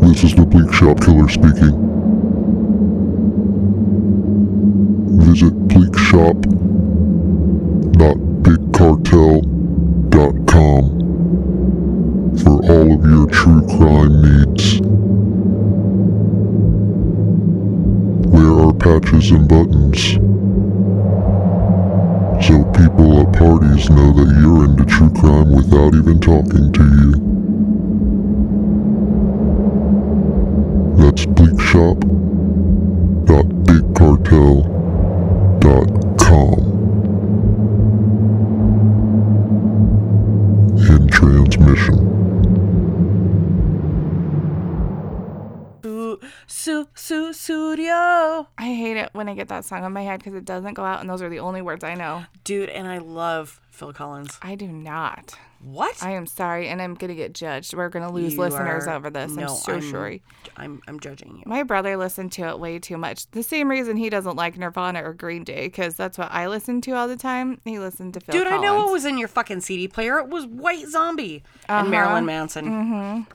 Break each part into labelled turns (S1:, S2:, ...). S1: This is the Blink Shop Killer speaking. Visit bleakshop.bigcartel.com for all of your true crime needs. There are patches and buttons. So people at parties know that you're into true crime without even talking to you. That's bleakshop.bigcartel.com. In transmission.
S2: Su- su- su- studio.
S3: I hate it when I get that song on my head because it doesn't go out, and those are the only words I know.
S2: Dude, and I love Phil Collins.
S3: I do not.
S2: What?
S3: I am sorry, and I'm gonna get judged. We're gonna lose
S2: You
S3: listeners
S2: are-
S3: over this. I'm
S2: no,
S3: so sorry.
S2: I'm I'm judging you.
S3: My brother listened to it way too much. The same reason he doesn't like Nirvana or Green Day, because that's what I listen to all the time. He listened to Phil
S2: Dude, I know what
S3: Collins. Uh-huh.
S2: was in your fucking CD player. It was White Zombie and Marilyn Manson.
S3: Mm.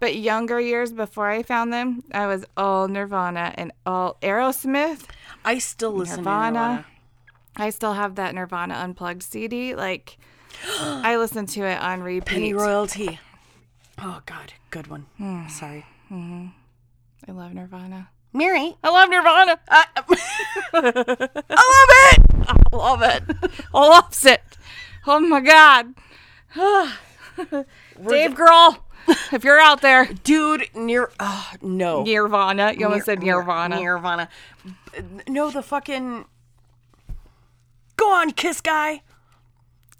S3: But younger years before I found them, I was all Nirvana and all Aerosmith.
S2: I still listen to
S3: Nirvana.
S2: Nirvana.
S3: I still have that Nirvana unplugged CD. Like, I listen to it on repeat.
S2: Penny Royalty. Oh God, good one.
S3: Hmm.
S2: Sorry,
S3: I love Nirvana.
S2: Mary.
S3: I love Nirvana. Uh,
S2: I, I love it.
S3: I love it. I loves it. Oh my God. Dave Grohl, if you're out there,
S2: dude. Near. Oh, no.
S3: Nirvana. You almost said
S2: Nir-
S3: Nirvana.
S2: Nirvana. No, the fucking. Go on, kiss guy.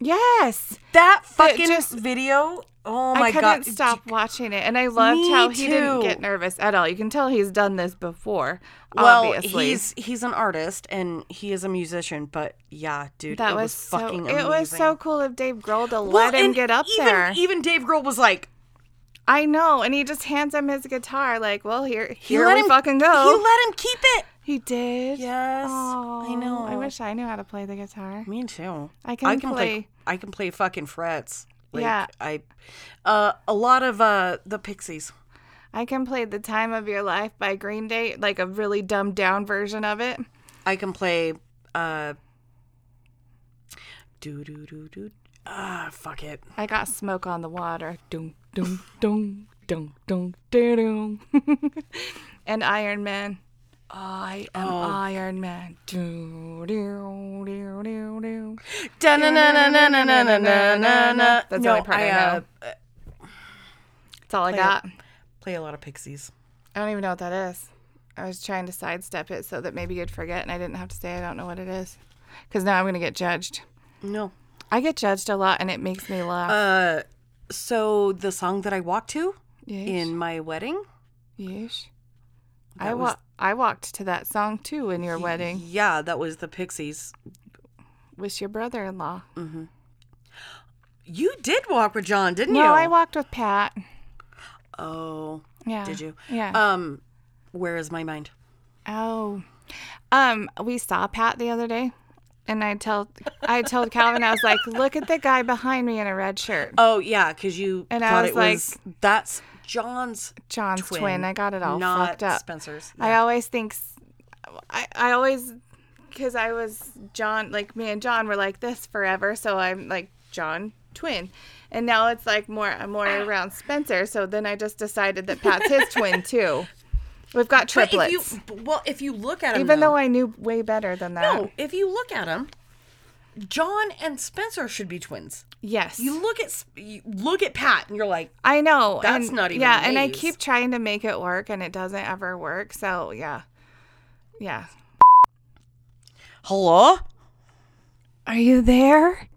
S3: Yes.
S2: That fucking
S3: just-
S2: video. Oh my
S3: I
S2: god.
S3: couldn't stop watching it. And I loved
S2: Me
S3: how he didn't
S2: too.
S3: get nervous at all. You can tell he's done this before,
S2: Well,
S3: obviously.
S2: he's he's an artist and he is a musician, but yeah, dude,
S3: that
S2: it
S3: was,
S2: was,
S3: so,
S2: fucking
S3: It
S2: amazing.
S3: was so cool of Dave Grohl to
S2: Well,
S3: let him
S2: and
S3: get up
S2: even, e
S3: there.
S2: Even Dave Grohl was like,
S3: I know, and he just hands him his guitar, like, "Well, here,
S2: he
S3: here
S2: let
S3: we
S2: him
S3: fucking
S2: He
S3: go."
S2: let him keep it.
S3: He, did.
S2: Yes, I
S3: Aw,
S2: know.
S3: I wish I knew how to play the guitar.
S2: Me too.
S3: I can
S2: play.
S3: play-
S2: I can play fucking frets. Like,
S3: Yeah.
S2: I, uh, a lot of uh the Pixies.
S3: I can play "The Time of Your Life" by Green Day, like a really dumbed down version of it.
S2: I can play. uh Do do do do. Ah, fuck it.
S3: I got "Smoke on the Water," dum dum dum dum dum dum, and "Iron Man." I am
S2: Oh.
S3: Iron Man. Doo, doo, doo, doo, doo.
S2: Da-na-na-na-na-na-na-na-na.
S3: That's the
S2: No,
S3: only part I
S2: uh,
S3: know. That's all I
S2: play it.
S3: got.
S2: Play a lot of Pixies.
S3: I don't even know what that is. I was trying to sidestep it so that maybe you'd forget and I didn't have to say I don't know what it is. Because now I'm going to get judged.
S2: No.
S3: I get judged a lot and it makes me laugh.
S2: Uh, so the song that I walked to
S3: yes.
S2: in my wedding.
S3: yes. I,
S2: was-
S3: wa- I walked to that song too in your wedding
S2: Yeah, that was the Pixies.
S3: with your brother in law.
S2: You did walk with John, didn't
S3: No,
S2: you?
S3: I walked with Pat.
S2: Oh,
S3: Yeah.
S2: did you?
S3: Yeah.
S2: Um, where is my mind?
S3: Oh, um, we saw Pat the other day, and I told I told Calvin I was like, "Look at the guy behind me in a red shirt,
S2: Oh yeah, because you
S3: And I
S2: thought
S3: was
S2: it was that's John's
S3: John's twin."
S2: twin.
S3: I got it all
S2: not
S3: fucked up.
S2: Spencer's.
S3: I always think, s- I I always, because I was John, like me and John were like this forever, so I'm like John twin, and now it's like more I'm more
S2: Ah.
S3: around Spencer, so then I just decided that Pat's his twin too. We've got
S2: But
S3: triplets,
S2: If you, but- well, if you look at him,
S3: even though
S2: though,
S3: I knew way better than that.
S2: no, if you look at him, John and Spencer should be twins.
S3: Yes,
S2: You look at S- you look at Pat, and you're like,
S3: I know.
S2: That's
S3: and-
S2: not even
S3: Yeah, and I
S2: Lay's.
S3: keep trying to make it work, and it doesn't ever work. So yeah, yeah.
S2: hello,
S3: Are you there?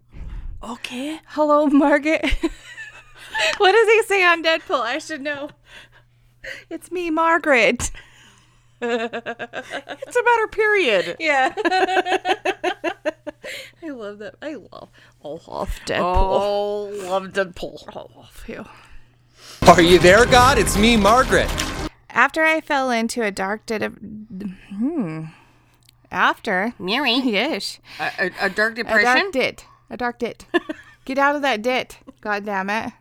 S2: okay.
S3: Hello, Margaret. what does he say on Deadpool? I should know. It's me, Margaret.
S2: It's about her period.
S3: Yeah. I love that. I love, I love Deadpool.
S2: Oh, love Deadpool.
S3: Phew.
S4: Are you there, God? It's me, Margaret.
S3: After I fell into a dark dip. Hmm. After.
S2: Mary,
S3: Yes.
S2: a, a, a dark
S3: A
S2: depression.
S3: dark dit. A dark dit. Get out of that dit. God damn it.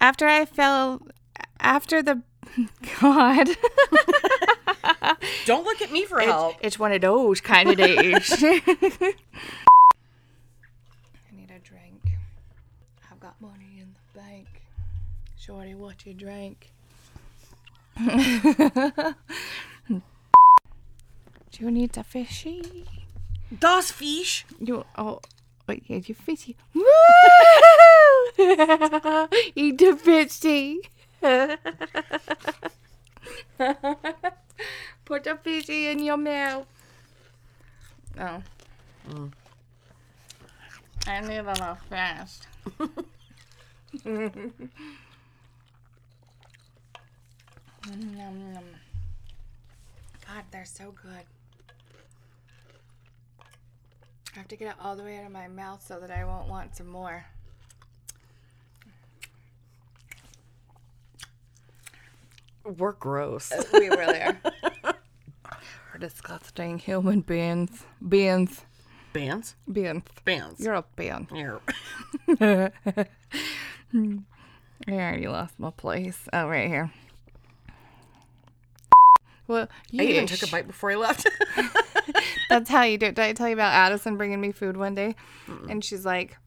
S3: After I fell after the God,
S2: Don't look at me for help.
S3: it's one of those kind of days. I need a drink. I've got money in the bank. Shorty, what you drink? Do you need a fishy?
S2: Das Fisch.
S3: You oh, oh yeah, you fishy. Woo! Eat the fishy. Put the fishy in your mouth. Oh. Mm. I need a little fast. Nom, nom, nom. God, they're so good. I have to get it all the way out of my mouth so that I won't want some more.
S2: We're gross.
S3: Uh, We really are. We're disgusting human beings. Beings.
S2: Bands?
S3: Beings.
S2: Bands.
S3: You're a being.
S2: Here.
S3: I already lost my place. Oh, right here. Well,
S2: I even
S3: yeesh.
S2: took a bite before I left.
S3: That's how you do it. Did I tell you about Addison bringing me food one day? And she's like,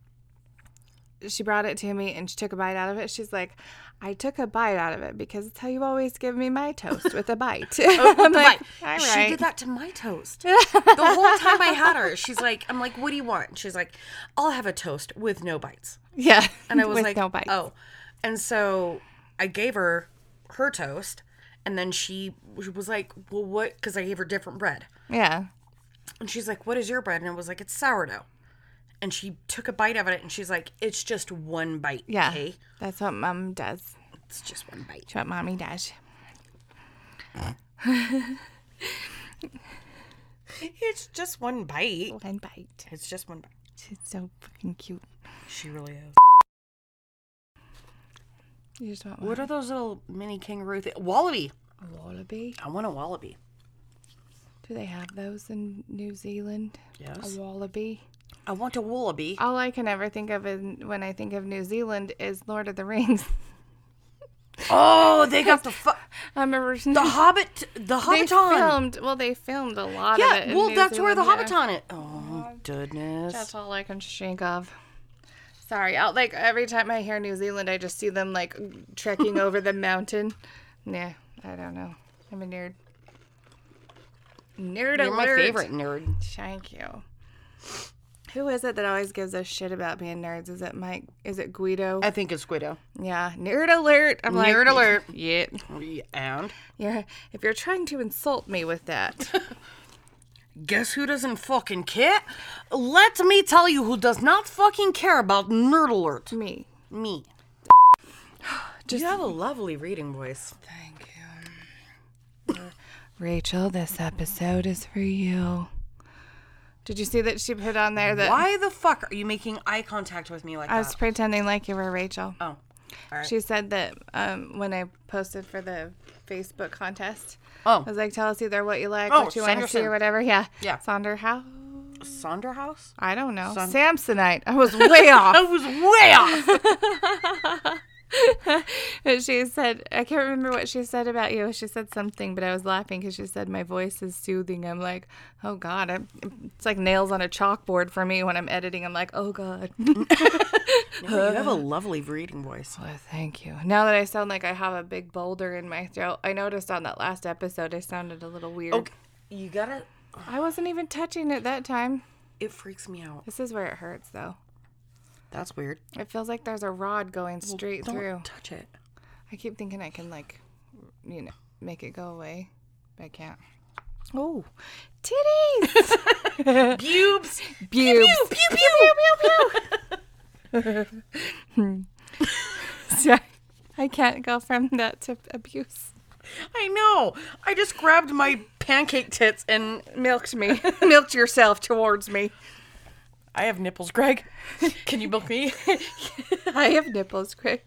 S3: she brought it to me and she took a bite out of it. She's like, I took a bite out of it because it's how you always give me my toast with a bite.
S2: Oh,
S3: I'm like, all right.
S2: She did that to my toast. the whole time I had her, she's like, I'm like, what do you want? And she's like, I'll have a toast with no bites.
S3: Yeah.
S2: And I was
S3: with
S2: like,
S3: no bite.
S2: oh. And so I gave her her toast. And then she was like, well, what? Because I gave her different bread.
S3: Yeah.
S2: And she's like, what is your bread? And I was like, it's sourdough. And she took a bite of it and she's like, it's just one bite.
S3: Yeah.
S2: okay?
S3: That's what mom does.
S2: It's just one bite.
S3: That's what mommy does.
S2: It's just one bite.
S3: One bite.
S2: It's just one bite.
S3: She's so fucking cute.
S2: She really is.
S3: You just want
S2: What are those little mini kangaroo things? Wallaby.
S3: a wallaby?
S2: I want a wallaby.
S3: Do they have those in New Zealand?
S2: Yes.
S3: A wallaby?
S2: I want a wallaby.
S3: All I can ever think of in, when I think of New Zealand is Lord of the Rings.
S2: Oh, they got the fu-
S3: I remember
S2: the Hobbit the
S3: they
S2: Hobbiton.
S3: filmed. Well, they filmed a lot of it.
S2: Yeah,
S3: in
S2: well
S3: New
S2: that's where the
S3: Zealand, yeah.
S2: Hobbiton is. Oh goodness.
S3: That's all I can think of. Sorry, I'll, like every time I hear New Zealand, I just see them like trekking over the mountain. Nah, I don't know. I'm a nerd. Nerd
S2: You're
S3: alert.
S2: my favorite nerd.
S3: Thank you. Who is it that always gives a shit about being nerds? Is it Mike? Is it Guido?
S2: I think it's Guido.
S3: yeah, nerd alert. I'm like,
S2: Nerd alert.
S3: Yeah,
S2: And
S3: yeah. If you're trying to insult me with that,
S2: guess who doesn't fucking care? Let me tell you who does not fucking care about nerd alert.
S3: me.
S2: Me. you have a lovely reading voice.
S3: Thank you. Rachel, this episode is for you. Did you see that she put on there that
S2: Why the fuck are you making eye contact with me like
S3: I
S2: that?
S3: was pretending like you were Rachel?
S2: oh, all right.
S3: She said that um, when I posted for the Facebook contest,
S2: Oh.
S3: I was like, tell us either what you like,
S2: Oh,
S3: what you want to see,
S2: Sanderson.
S3: or whatever. Yeah.
S2: Yeah.
S3: Sonderhouse?
S2: Sonderhaus?
S3: I don't know.
S2: Son-
S3: Samsonite. I was way off.
S2: I was way off.
S3: And she said, I can't remember what she said about you. She said something, but I was laughing because she said, My voice is soothing. I'm like, Oh God. I'm, it's like nails on a chalkboard for me when I'm editing. I'm like, Oh God.
S2: you have a lovely reading voice.
S3: Well, thank you. Now that I sound like I have a big boulder in my throat, I noticed on that last episode I sounded a little weird.
S2: Okay, you gotta.
S3: Oh, I wasn't even touching it that time.
S2: It freaks me out.
S3: This is where it hurts, though.
S2: That's weird.
S3: It feels like there's a rod going straight
S2: Don't
S3: through.
S2: touch it.
S3: I keep thinking I can like, you know, make it go away, but I can't. Oh, titties,
S2: Pubes.
S3: pubes.
S2: Pew pew pew pew pew.
S3: Sorry. I can't go from that to abuse.
S2: I know. I just grabbed my pancake tits and
S3: Milked me, milked yourself towards me.
S2: I have nipples, Greg. Can you milk me?
S3: I have nipples, Craig.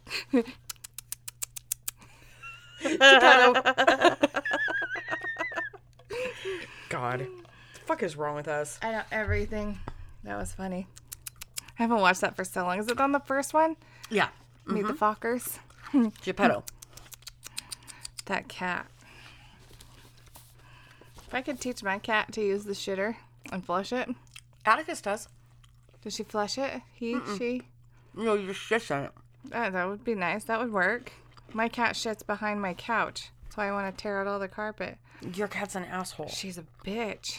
S2: God. The fuck is wrong with us?
S3: I know everything. That was funny. I haven't watched that for so long. Is it on the first one?
S2: Yeah.
S3: Meet the Fockers.
S2: Mm. Geppetto.
S3: That cat. If I could teach my cat to use the shitter and flush it,
S2: Atticus does.
S3: does she flush it? He, she?
S2: You know, you just shits on it.
S3: Uh, that would be nice. That would work. My cat shits behind my couch. That's why I want to tear out all the carpet.
S2: Your cat's an asshole.
S3: She's a bitch.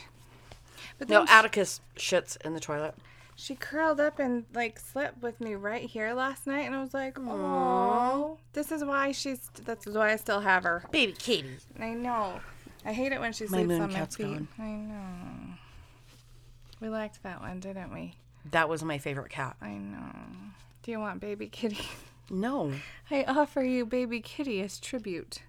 S3: But then
S2: No, Atticus shits in the toilet.
S3: she curled up and like slept with me right here last night, and I was like, "Oh, this is why she's. That's why I still have her.
S2: Baby kitty.
S3: I know. I hate it when she
S2: My
S3: sleeps
S2: moon
S3: on my
S2: cat's
S3: feet.
S2: gone.
S3: I know. We liked that one, didn't we?
S2: That was my favorite cat.
S3: I know. Do you want baby kitty?
S2: No.
S3: I offer you baby kitty as tribute.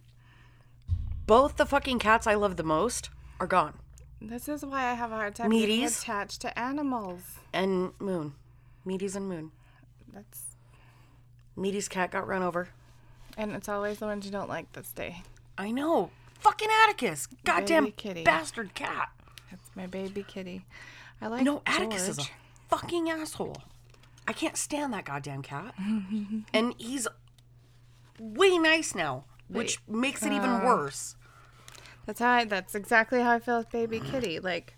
S2: Both the fucking cats I love the most are gone.
S3: This is why I have a hard time being
S2: Meaties?
S3: attached to animals.
S2: And Moon. Meaties and Moon.
S3: That's
S2: Meaties cat got run over.
S3: and it's always the ones you don't like that stay.
S2: I know. Fucking Atticus. Goddamn
S3: Baby kitty.
S2: bastard cat.
S3: That's my baby kitty. I like
S2: No, Atticus is a
S3: George.
S2: fucking asshole. I can't stand that goddamn cat. and he's way nice now, which makes it
S3: Uh.
S2: even worse.
S3: That's how I, that's exactly how I feel with baby kitty. Like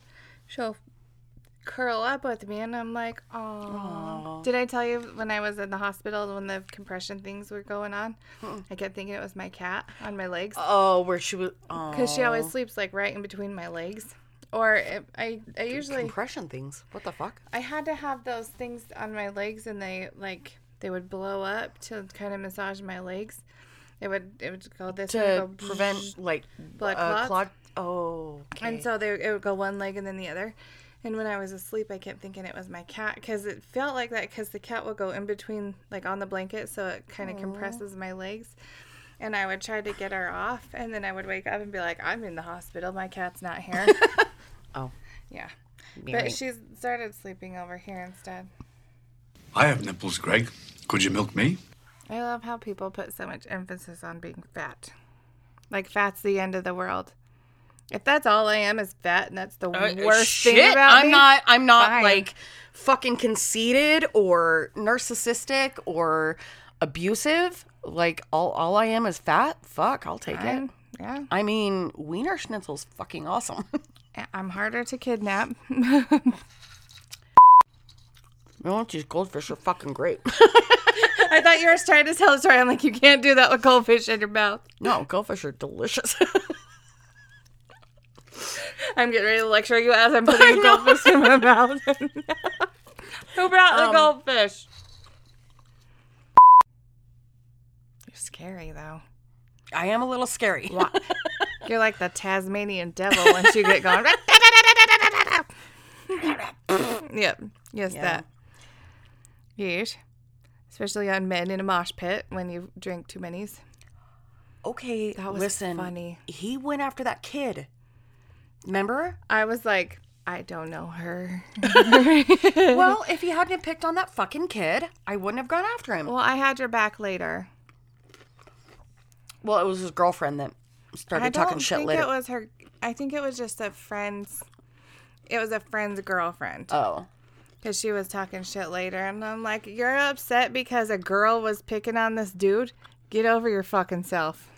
S3: she'll curl up with me and I'm like, "Oh." Did I tell you when I was in the hospital when the compression things were going on? I kept thinking it was my cat on my legs
S2: Oh, where she was. Oh,
S3: cuz she always sleeps like right in between my legs. Or it, I I usually
S2: compression things. What the fuck?
S3: I had to have those things on my legs, and they like they would blow up to kind of massage my legs. It would it would go this way,
S2: To
S3: go
S2: prevent, like,
S3: Blood
S2: uh, clot.
S3: clots?
S2: Oh, okay.
S3: and so they it would go one leg and then the other. And when I was asleep, I kept thinking it was my cat because it felt like that because the cat would go in between like on the blanket, so it kind of compresses my legs. And I would try to get her off, and then I would wake up and be like, "I'm in the hospital. My cat's not here."
S2: Oh.
S3: yeah,
S2: Mary.
S3: but she started sleeping over here instead.
S5: I have nipples, Greg. Could you milk me?
S3: I love how people put so much emphasis on being fat. Like fat's the end of the world. If that's all I am is fat, and that's the worst thing about
S2: Uh, I'm
S3: me.
S2: not. I'm not
S3: fine.
S2: like fucking conceited or narcissistic or abusive. Like all, all I am is fat. Fuck, I'll take it.
S3: Yeah,
S2: I mean, Wiener Schnitzel's fucking awesome.
S3: I- I'm harder to kidnap.
S2: no, these goldfish are fucking great.
S3: I thought you were trying to tell a story. I'm like, you can't do that with goldfish in your mouth.
S2: no, goldfish are delicious.
S3: I'm getting ready to lecture you as I'm putting the goldfish in my mouth. Who brought the goldfish? You're scary though.
S2: I am a little scary.
S3: You're like the Tasmanian devil once you get going. yep. Yes, that. Yeesh. Especially on men in a mosh pit when you drink too many's.
S2: Okay,
S3: That was
S2: listen.
S3: funny.
S2: He went after that kid. Remember?
S3: I was like, I don't know her.
S2: well, if he hadn't picked on that fucking kid, I wouldn't have gone after him.
S3: Well, I had your back later.
S2: Well, it was his girlfriend that
S3: I
S2: started
S3: don't
S2: talking shit
S3: think
S2: later.
S3: it was her. I think it was just a friend's. It was a friend's girlfriend
S2: oh.
S3: because she was talking shit later, and I'm like, "You're upset because a girl was picking on this dude. Get over your fucking self."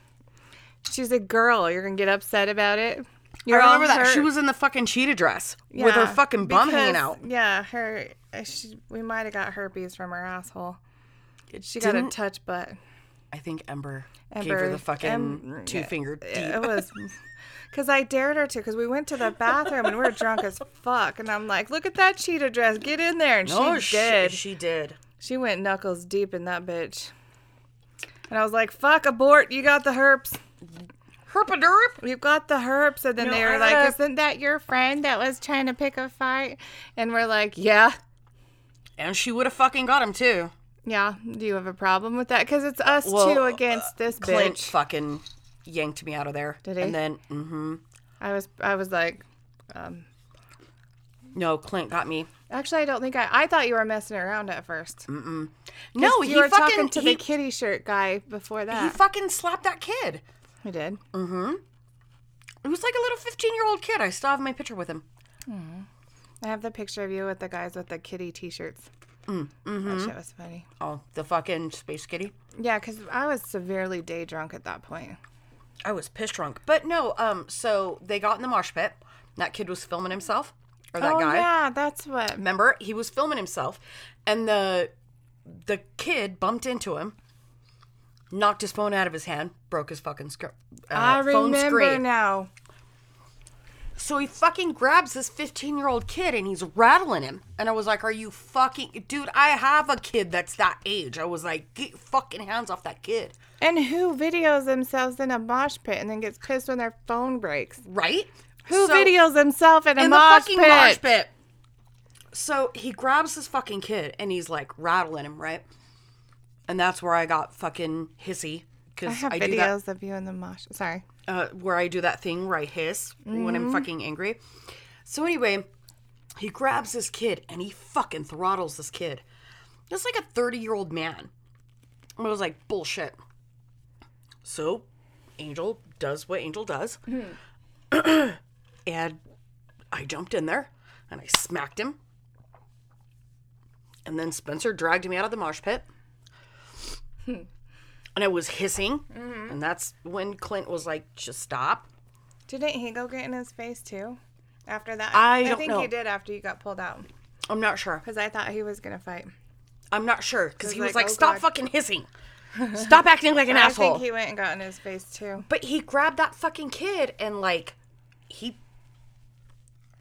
S3: She's a girl. You're gonna get upset about it. You're
S2: I
S3: all
S2: remember that. She
S3: hurt.
S2: was in the fucking cheetah dress with her
S3: Yeah,
S2: fucking bum hanging
S3: because-
S2: out.
S3: Yeah, her. uh, She, we might have got herpes from her asshole. She got a
S2: didn't-
S3: touch butt.
S2: I think Ember, gave her
S3: Ember-
S2: the fucking
S3: Em-
S2: two fingered deep.
S3: It was because I dared her to. Because we went to the bathroom and we were drunk as fuck, and I'm like, "Look at that cheetah dress, get in there!" And
S2: oh,
S3: she did.
S2: She, she did.
S3: She went knuckles deep in that bitch, and I was like, "Fuck, abort! You got the herps.
S2: Herpaderp.
S3: You got the herps." And then
S2: No,
S3: they were
S2: I
S3: like,
S2: gotta-
S3: "Isn't that your friend that was trying to pick a fight?" And we're like, "Yeah."
S2: And she would have fucking got him too.
S3: Yeah, do you have a problem with that? Because it's us
S2: Well, uh,
S3: two against this
S2: Clint
S3: bitch.
S2: fucking yanked me out of there.
S3: Did he?
S2: And then, hmm
S3: I was, I was like,
S2: no, Clint got me.
S3: actually, I don't think I. I thought you were messing around at first.
S2: No,
S3: you
S2: he
S3: were talking
S2: fucking
S3: to
S2: he,
S3: the kitty shirt guy before
S2: he
S3: that.
S2: fucking slapped that kid.
S3: I
S2: It
S3: did.
S2: was like a little fifteen year old kid. I still have my picture with him.
S3: I have the picture of you with the guys with the kitty t-shirts.
S2: Mm, mm-hmm.
S3: That shit was funny.
S2: Oh, the fucking space kitty.
S3: Yeah, because I was severely day drunk at that point.
S2: I was piss drunk. But no, um, so they got in the marsh pit. That kid was filming himself, or that
S3: oh
S2: guy.
S3: yeah, that's what.
S2: Remember, he was filming himself, and the the kid bumped into him, knocked his phone out of his hand, broke his fucking sc- uh,
S3: I
S2: phone
S3: remember
S2: screen.
S3: now.
S2: So he fucking grabs this 15 year old kid and he's rattling him. And I was like, Are you fucking. Dude, I have a kid that's that age. I was like, Get your fucking hands off that kid.
S3: And who videos themselves in a mosh pit and then gets pissed when their phone breaks?
S2: Right?
S3: Who
S2: So-
S3: videos themselves in a
S2: in the
S3: mosh
S2: fucking
S3: pit?
S2: mosh pit. So he grabs this fucking kid and he's like rattling him, right? And that's where I got fucking hissy
S3: I
S2: because
S3: have
S2: I, do that
S3: videos of you in the mosh. Sorry.
S2: uh, where I do that thing where I hiss when I'm fucking angry. So anyway, he grabs this kid and he fucking throttles this kid. It's like a 30 year old man. I was like, bullshit. So Angel does what Angel does. and I jumped in there and I smacked him. And then Spencer dragged me out of the mosh pit. And I was hissing. And that's when Clint was like, just stop.
S3: Didn't he go get in his face too? After that,
S2: I don't
S3: think
S2: know.
S3: he did after you got pulled out
S2: I'm not sure.
S3: because I thought he was gonna fight.
S2: I'm not sure. Because he was
S3: like,
S2: like,
S3: "Oh,
S2: stop
S3: God."
S2: fucking hissing. stop acting like an
S3: I
S2: asshole.
S3: think he went and got in his face too.
S2: But he grabbed that fucking kid and like he.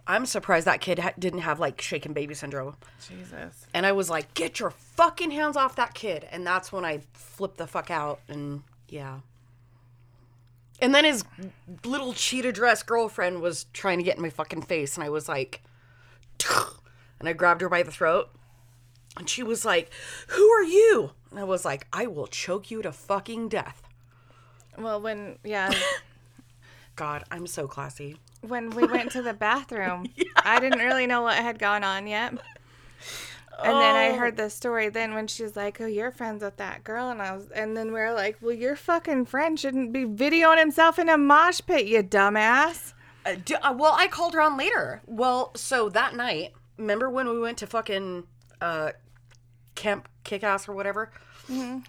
S2: I'm surprised that kid ha- didn't have like shaken baby syndrome.
S3: Jesus.
S2: And I was like, get your fucking hands off that kid. And that's when I flipped the fuck out. And yeah. And then his little cheetah dress girlfriend was trying to get in my fucking face. And I was like, and I grabbed her by the throat. And she was like, who are you? And I was like, I will choke you to fucking death.
S3: Well, when yeah,
S2: God, I'm so classy.
S3: when we went to the bathroom, I didn't really know what had gone on yet. And then I heard the story then when she was like, "Oh, you're friends with that girl," and I was, and then we were like, "Well, your fucking friend shouldn't be videoing himself in a mosh pit, you dumbass."
S2: Uh, do, uh, well, I called her on later. Well, so that night, remember when we went to fucking uh, Camp Kickass or whatever?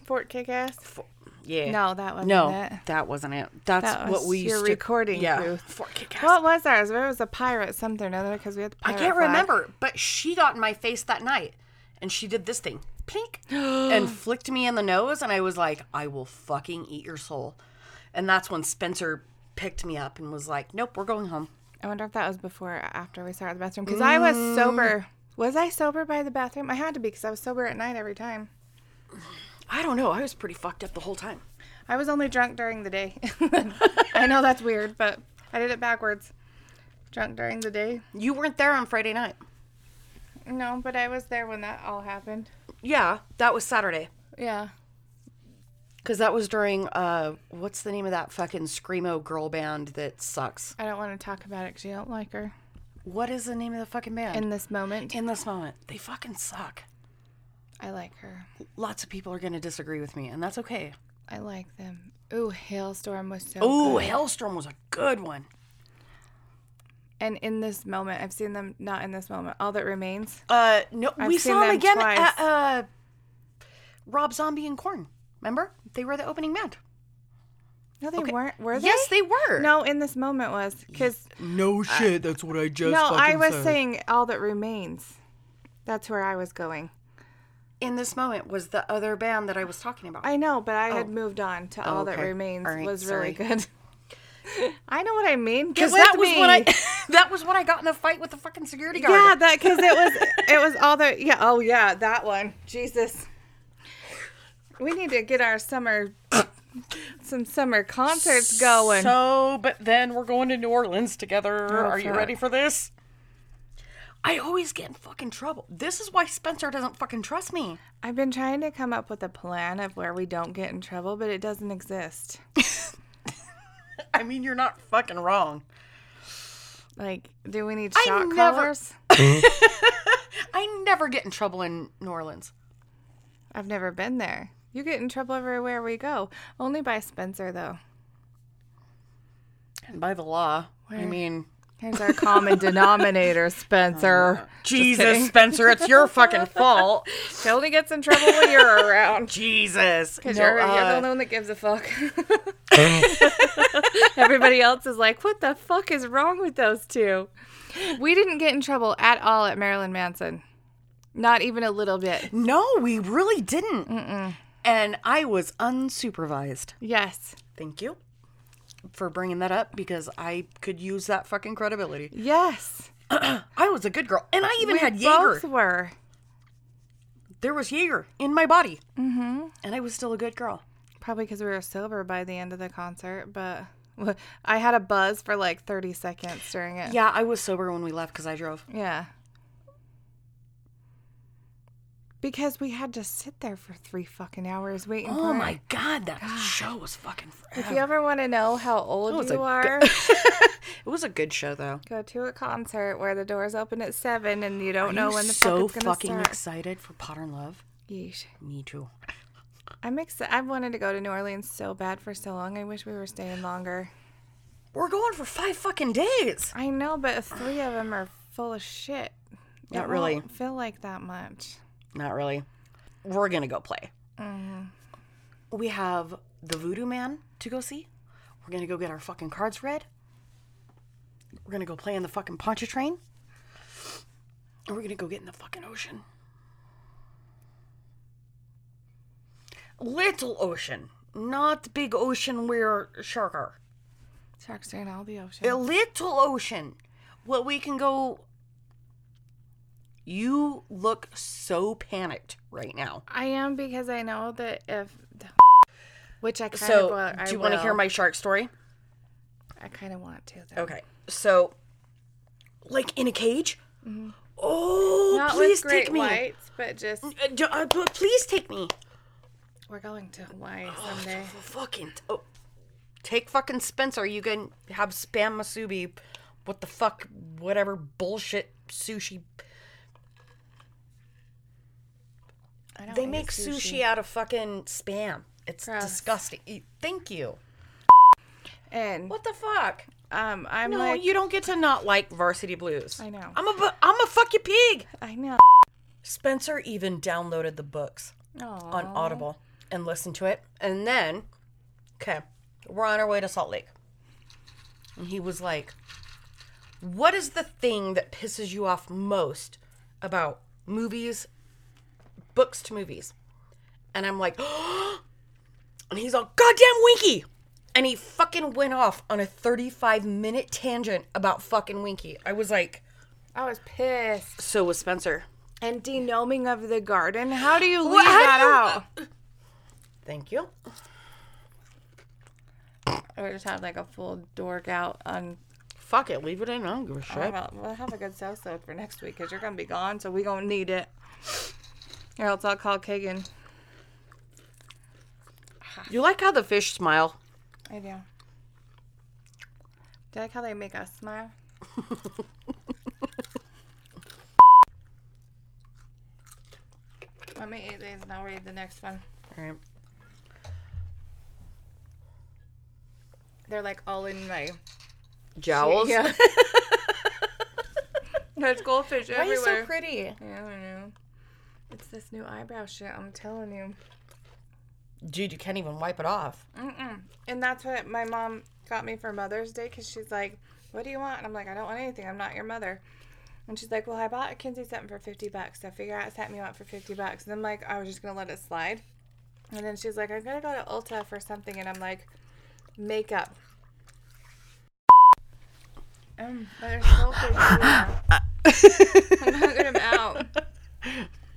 S3: Fort kick ass.
S2: Yeah.
S3: No, that wasn't
S2: no,
S3: it.
S2: that wasn't it. That's
S3: That
S2: what
S3: was
S2: we used
S3: your
S2: to
S3: recording
S2: yeah,
S3: booth.
S2: for Kickass.
S3: What was ours? It was a pirate something or another because we had the
S2: I
S3: pirate
S2: can't
S3: flag.
S2: remember, but she got in my face that night, and she did this thing, plink, and flicked me in the nose, and I was like, I will fucking eat your soul. And that's when Spencer picked me up and was like, Nope, we're going home.
S3: I wonder if that was before or after we started the bathroom because I was
S2: Mm.
S3: sober. Was I sober by the bathroom? I had to be because I was sober at night every time.
S2: I don't know. I was pretty fucked up the whole time.
S3: I was only drunk during the day. I know that's weird, but I did it backwards. Drunk during the day.
S2: You weren't there on Friday night.
S3: No, but I was there when that all happened.
S2: Yeah, that was Saturday.
S3: Yeah.
S2: Because that was during, uh, what's the name of that fucking Screamo girl band that sucks?
S3: I don't want to talk about it because you don't like her
S2: What is the name of the fucking band?
S3: in this moment.
S2: in this moment, they fucking suck.
S3: I like her.
S2: Lots of people are going to disagree with me, and that's okay.
S3: I like them. Ooh, Hailstorm was so
S2: Ooh,
S3: good.
S2: Hailstorm was a good one.
S3: And in this moment, I've seen them not in this moment. All that remains.
S2: Uh, no, we
S3: seen
S2: saw them
S3: them
S2: again
S3: twice.
S2: at uh, Rob Zombie and Corn. Remember? They were the opening band.
S3: No, they weren't. Were they?
S2: Yes, they were.
S3: No, in this moment was because
S4: No shit, that's what I just
S3: no, I was saying all that remains. That's where I was going.
S2: In this moment was the other band that I was talking about.
S3: I know, but I had moved on to all that
S2: Oh. okay.
S3: remains
S2: All right,
S3: was
S2: sorry.
S3: really good. I know what I mean. Get
S2: because
S3: with
S2: that was
S3: me.
S2: what I that was what I got in the fight with the fucking security guard.
S3: Yeah, that because it was it was all that. Yeah. Oh yeah, that one. Jesus. We need to get our summer, some summer concerts going.
S2: So, but then we're going to New Orleans together. Are you
S3: fuck.
S2: ready for this? I always get in fucking trouble. This is why Spencer doesn't fucking trust me.
S3: I've been trying to come up with a plan of where we don't get in trouble, but it doesn't exist.
S2: I mean, you're not fucking wrong.
S3: Like, do we need
S2: I
S3: shot
S2: never-
S3: callers?
S2: I never get in trouble in New Orleans.
S3: I've never been there. You get in trouble everywhere we go. Only by Spencer, though.
S2: And by the law, I mean
S3: There's our common denominator,
S2: Uh-huh.
S3: Spencer.
S2: Jesus, Spencer, it's your fucking fault.
S3: She only gets in trouble when you're around.
S2: Jesus.
S3: Because
S2: No,
S3: you're, you're the
S2: uh,
S3: only one that gives a fuck. Everybody else is like, what the fuck is wrong with those two? We didn't get in trouble at all at Marilyn Manson. Not even a little bit.
S2: no, we really didn't. And I was unsupervised.
S3: Yes.
S2: Thank you for bringing that up because I could use that fucking credibility.
S3: Yes.
S2: I was a good girl. And I even
S3: we
S2: had Jaeger.
S3: both were.
S2: There was Jaeger in my body. Mm-hmm. And I was still a good girl.
S3: Probably because we were sober by the end of the concert, but well, I had a buzz for like 30 seconds during it.
S2: Yeah, I was sober when we left because I drove.
S3: Yeah. Because we had to sit there for three fucking hours waiting for
S2: Oh
S3: it.
S2: my God, that show was fucking
S3: If
S2: forever.
S3: you ever want to know how old
S2: was a
S3: you
S2: go-
S3: are,
S2: It was a good show though.
S3: go to a concert where the doors open at seven and you don't know
S2: I'm
S3: when the
S2: so
S3: fuck it's gonna
S2: fucking
S3: start.
S2: excited for Potter and Love.
S3: Yeesh.
S2: Me too.
S3: I'm excited. I've wanted to go to New Orleans so bad for so long. I wish we were staying longer.
S2: We're going for five fucking days.
S3: I know, but three of them are full of shit.
S2: Not
S3: It
S2: really.
S3: won't Feel like that much.
S2: Not really. We're gonna go play. Mm-hmm. We have the Voodoo Man to go see. We're gonna go get our fucking cards read. We're gonna go play in the fucking Pontchartrain. And we're gonna go get in the fucking ocean. Little ocean, not big ocean where shark are.
S3: Sharks are in all the ocean.
S2: a little ocean what we can go you look so panicked right now
S3: I am because I know that if, which I kind
S2: so
S3: of want.
S2: do you want to hear my shark story
S3: I kind of want to. Though.
S2: okay so like in a cage oh
S3: Mm-hmm. Not
S2: please
S3: with great
S2: take me
S3: whites, but just
S2: Uh, do- uh, pl- please take me
S3: we're going to Hawaii someday.
S2: fucking oh. take fucking spencer you can have spam masubi what the fuck whatever bullshit sushi
S3: I don't
S2: They
S3: eat
S2: make sushi. out of fucking spam. It's
S3: Gross.
S2: disgusting. E- Thank you.
S3: And
S2: What the fuck?
S3: um, I'm
S2: No,
S3: like,
S2: you don't get to not like Varsity Blues.
S3: I know.
S2: I'm a bu- I'm a fucking pig.
S3: I know.
S2: Spencer even downloaded the books on
S3: Aw.
S2: Audible and listened to it. And then, okay, we're on our way to Salt Lake. And he was like, "What is the thing that pisses you off most about movies, books to movies?" And I'm like, and he's all goddamn Winky. And he fucking went off on a 35 minute tangent about fucking Winky. I was like,
S3: I was pissed.
S2: so was Spencer.
S3: And denoming of the garden. How do you leave
S2: Well, how
S3: that
S2: Thank you.
S3: out? Or just have like a full dork out on.
S2: Fuck it, leave it in. I don't give a shit.
S3: Well, we'll have a good so-so for next week because you're gonna be gone, so we gonna need it. Or else I'll call Kagan.
S2: You like how the fish smile?
S3: I do. Do you like how they make us smile? Let me eat these and I'll read the next one.
S2: All right.
S3: They're like all in my.
S2: Jowls.
S3: Yeah. There's goldfish everywhere.
S2: pretty?
S3: yeah, I know. It's this new eyebrow shit, I'm telling you.
S2: Dude, you can't even wipe it off.
S3: And that's what my mom got me for Mother's Day because she's like, What do you want? And I'm like, I don't want anything. I'm not your mother. And she's like, Well, I bought Kinsey something for 50 bucks. So figure out something you want for 50 bucks. And I'm like, I was just going to let it slide. And then she's like, I'm going to go to Ulta for something. And I'm like, Makeup. Um, there's so I'm gonna get 'em out.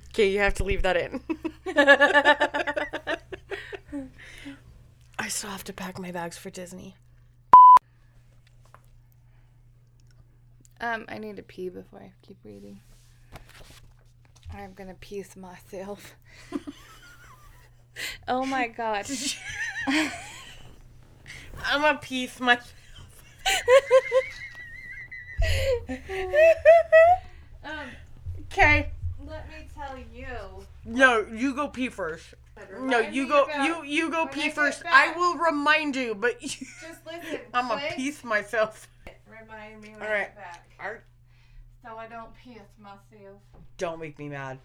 S2: Okay, you have to leave that in. I still have to pack my bags for Disney.
S3: Um, I need to pee before I keep reading. I'm gonna piece myself. oh my god.
S2: I'm a piece my Okay.
S3: Let me tell you.
S2: No, you go pee first. No, you
S3: me
S2: go
S3: about
S2: you you go
S3: I
S2: pee
S3: get
S2: first.
S3: back.
S2: I will remind you, but you,
S3: Just listen.
S2: I'm a
S3: quick.
S2: piece myself.
S3: remind me when
S2: All
S3: I
S2: right.
S3: get back.
S2: Art,
S3: So I don't piss myself.
S2: don't make me mad.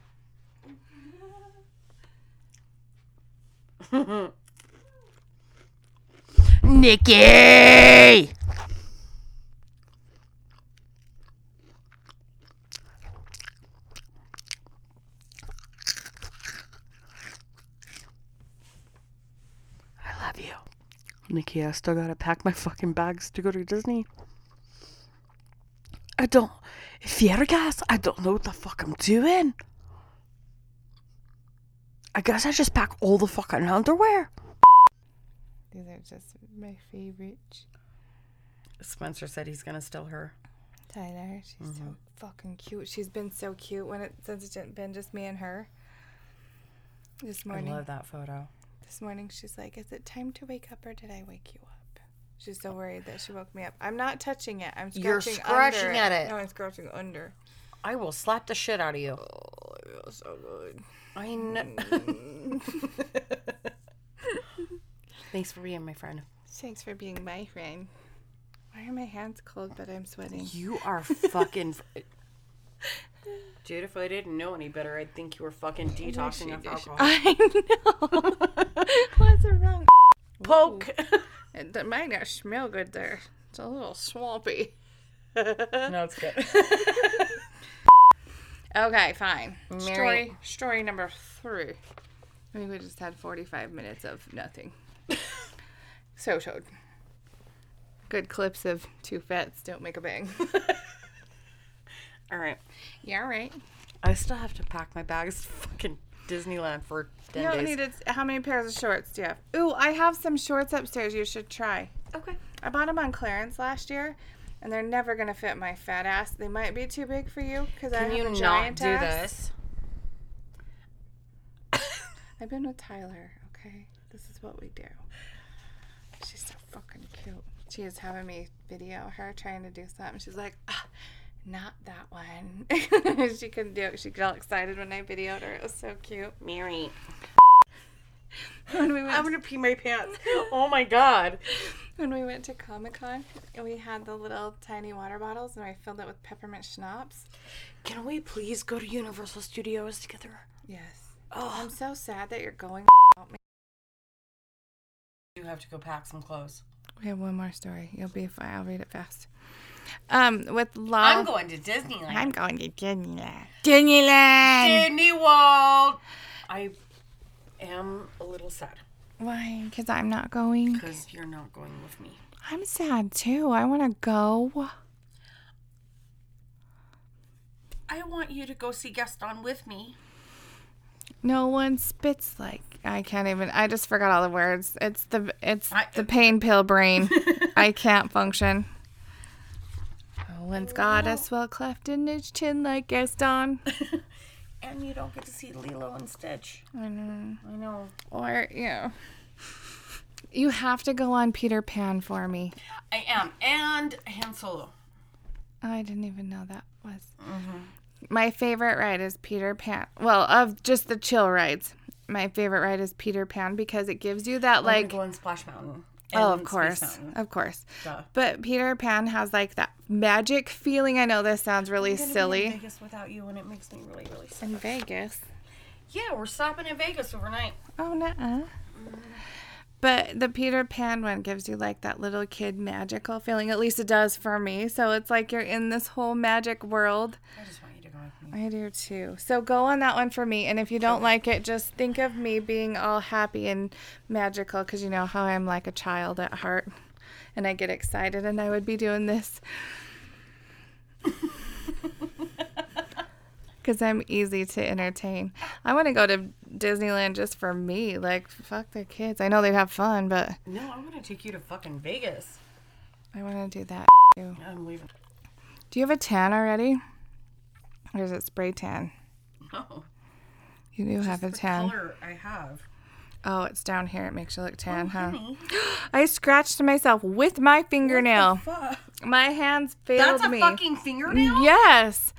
S2: Nikki! I love you. Nikki, I still gotta pack my fucking bags to go to Disney. I don't. Fiergas, I don't know what the fuck I'm doing. I guess I just pack all the fucking underwear.
S3: These are just my favorite.
S2: Spencer said he's gonna steal her.
S3: Tyler, she's
S2: Mm-hmm.
S3: so fucking cute. She's been so cute when it since it's just been just me and her. This morning,
S2: I love that photo.
S3: this morning she's like, "Is it time to wake up or did I wake you up?" She's so worried that she woke me up. I'm not touching it. I'm scratching.
S2: You're
S3: under
S2: scratching at it.
S3: No, I'm scratching under.
S2: I will slap the shit out of you.
S3: Oh, it feels so good.
S2: I know. Thanks for being my friend.
S3: Thanks for being my friend. Why are my hands cold? But I'm sweating.
S2: You are fucking. Dude, if I didn't know any better, I'd think you were fucking detoxing off alcohol.
S3: I know. What's wrong?
S2: Poke.
S3: It d- might not smell good there. It's a little swampy.
S2: no, it's good.
S3: Okay, fine. Story story number three. I think we just had forty five minutes of nothing. so showed. Good clips of two fats don't make a bang.
S2: All right.
S3: yeah, right.
S2: I still have to pack my bags to fucking Disneyland for 10
S3: You don't
S2: days.
S3: need it. How many pairs of shorts do you have? Ooh, I have some shorts upstairs. You should try.
S2: Okay.
S3: I bought them on clearance last year, and they're never gonna fit my fat ass. They might be too big for you because I
S2: Can
S3: have
S2: you
S3: a
S2: not
S3: giant
S2: do
S3: ass.
S2: this?
S3: I've been with Tyler, okay? This is what we do. She's so fucking cute. She is having me video her trying to do something. She's like, ah, not that one. she couldn't do it. She got all excited when I videoed her. It was so cute.
S2: Mary.
S3: When we went,
S2: gonna pee my pants. Oh my god.
S3: when we went to Comic Con, we had the little tiny water bottles and I filled it with peppermint schnapps.
S2: Can we please go to Universal Studios together?
S3: Yes.
S2: Oh,
S3: I'm so sad that you're going. without me.
S2: you have to go pack some clothes.
S3: We have one more story. You'll be fine. I'll read it fast. Um, with love.
S2: I'm going to Disneyland.
S3: I'm going to Disneyland. Disneyland.
S2: Disney World. I am a little sad
S3: Why? Because I'm not going.
S2: because you're not going with me.
S3: I'm sad too. I want to go.
S2: I want you to go see Gaston with me.
S3: No one spits like I can't even. I just forgot all the words. It's the it's
S2: I-
S3: the pain pill brain. I can't function. Owen's got a swell cleft in his chin like Gaston.
S2: And you don't get to see Lilo and Stitch.
S3: I know.
S2: I know.
S3: Or you. know. You have to go on Peter Pan for me.
S2: I am. And Han Solo.
S3: I didn't even know that was. Mm-hmm. My favorite ride is Peter Pan. Well, of just the chill rides, my favorite ride is Peter Pan because it gives you that
S2: Like
S3: like.
S2: go on Splash Mountain. and
S3: Oh, of
S2: Space
S3: course,
S2: Mountain.
S3: of course.
S2: Duh.
S3: But Peter Pan has like that magic feeling. I know this sounds really
S2: gonna be in
S3: silly.
S2: Vegas without you, and it makes me really, really sad.
S3: In Vegas.
S2: Yeah, we're stopping in Vegas overnight.
S3: Oh, nuh-uh. But the Peter Pan one gives you like that little kid magical feeling. At least it does for me. So it's like you're in this whole magic world.
S2: I just want you to go with me.
S3: I do too. So go on that one for me. And if you don't like it, just think of me being all happy and magical because you know how I'm like a child at heart and I get excited and I would be doing this. Because I'm easy to entertain. I want to go to Disneyland just for me. Like, fuck the kids. I know they'd have fun, but
S2: No, I want to take you to fucking Vegas.
S3: I want to do that too.
S2: I'm leaving.
S3: Do you have a tan already? Or is it spray tan?
S2: No.
S3: You do have a
S2: The
S3: tan.
S2: color I have.
S3: Oh, it's down here. It makes you look tan, huh? I scratched myself with my fingernail.
S2: Fuck.
S3: My hands failed
S2: That's a
S3: me.
S2: fucking fingernail?
S3: Yes.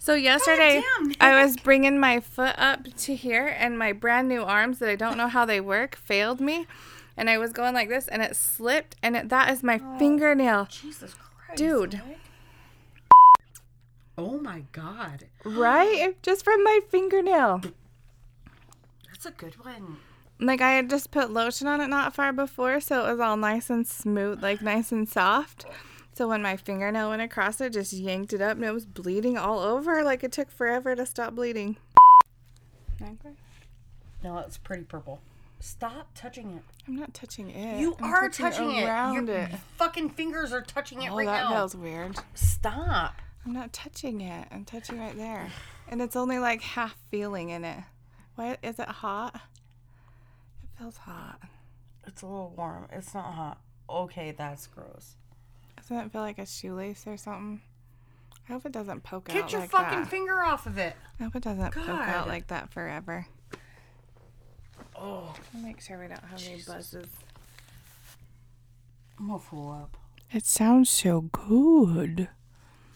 S3: So yesterday,
S2: damn,
S3: I was bringing my foot up to here, and my brand new arms that I don't know how they work
S2: Oh.
S3: failed me, and I was going like this, and it slipped, and it, that is my fingernail.
S2: Jesus Christ.
S3: dude.
S2: Oh my god,
S3: Right? Just from my fingernail.
S2: that's a good one.
S3: Like I had just put lotion on it not far before, so it was all nice and smooth, like nice and soft. So when my fingernail went across it, just yanked it up and it was bleeding all over. Like it took forever to stop bleeding.
S2: No, it's pretty purple. Stop touching it.
S3: I'm not touching it.
S2: You
S3: I'm
S2: are touching it.
S3: around
S2: Your
S3: it.
S2: fucking fingers are touching it
S3: Oh,
S2: right
S3: that
S2: now.
S3: feels weird.
S2: Stop.
S3: I'm not touching it. I'm touching right there, and it's only like half feeling in it. Why is it hot? It feels hot.
S2: It's a little warm. It's not hot. Okay, that's gross.
S3: Doesn't it feel like a shoelace or something? I hope it doesn't poke out.
S2: Get your
S3: like
S2: fucking
S3: that.
S2: finger off of it.
S3: I hope it doesn't poke
S2: God.
S3: out like that forever.
S2: Oh,
S3: I'll make sure we don't have any buzzes.
S2: I'm gonna fool up.
S3: It sounds so good.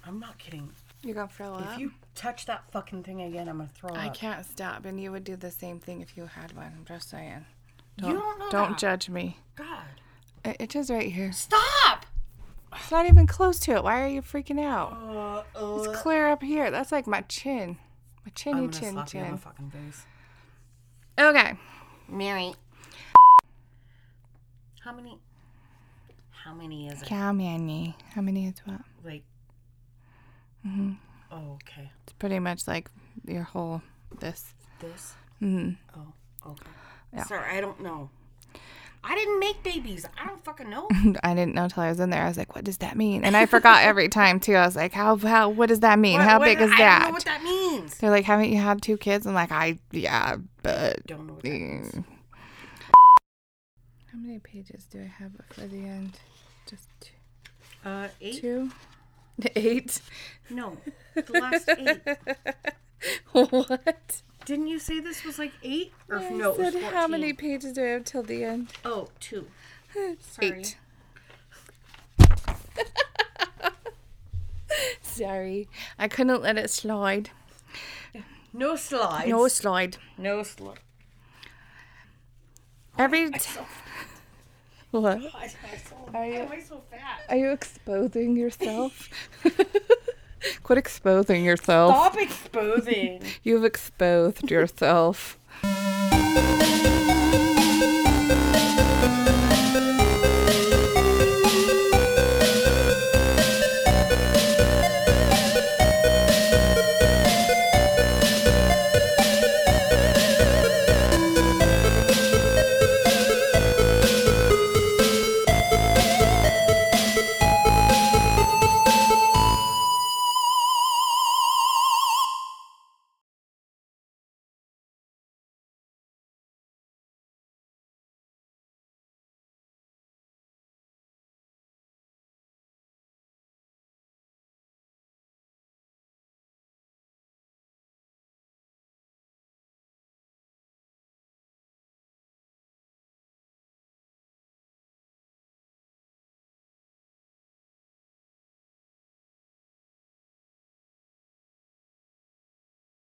S2: I'm not kidding.
S3: You're gonna throw up?
S2: If you touch that fucking thing again, I'm gonna throw
S3: I
S2: up.
S3: can't stop, and you would do the same thing if you had one. I'm just saying.
S2: you don't know
S3: Don't
S2: that.
S3: judge me.
S2: God.
S3: It, it is right here.
S2: Stop.
S3: It's not even close to it. Why are you freaking out?
S2: Uh, uh,
S3: It's clear up here. That's like my chin. My chinny
S2: I'm gonna
S3: chin
S2: slap you in
S3: chin.
S2: the fucking face.
S3: Okay.
S2: Mary. How many? How many is it?
S3: How many? How many is what?
S2: Like.
S3: Mm-hmm.
S2: Oh, okay.
S3: It's pretty much like your whole this.
S2: This.
S3: Mm.
S2: Oh, okay.
S3: Yeah.
S2: Sorry, I don't know. I didn't make babies. I don't fucking know.
S3: I didn't know till I was in there. I was like, "What does that mean?" And I forgot every time too. I was like, "How? How? What does that mean?
S2: What-
S3: how
S2: what-
S3: big is
S2: I don't know
S3: that?"
S2: what that means.
S3: They're like, "Haven't you had two kids?" I'm like, "I yeah, but."
S2: Don't know what that means.
S3: How many pages do I have for the end? Just two,
S2: Uh, eight?
S3: two? eight.
S2: No, the last eight.
S3: what?
S2: Didn't you say this was like eight? Or
S3: I
S2: no, it was
S3: said, how many
S2: 14.
S3: pages do I have till the end?
S2: Oh, two. Sorry.
S3: Eight. Sorry, I couldn't let it slide.
S2: No slides.
S3: No slide.
S2: no slide.
S3: Every t- what? Are you?
S2: Why so fat?
S3: Are you exposing yourself? Quit exposing yourself.
S2: Stop exposing.
S3: You've exposed yourself.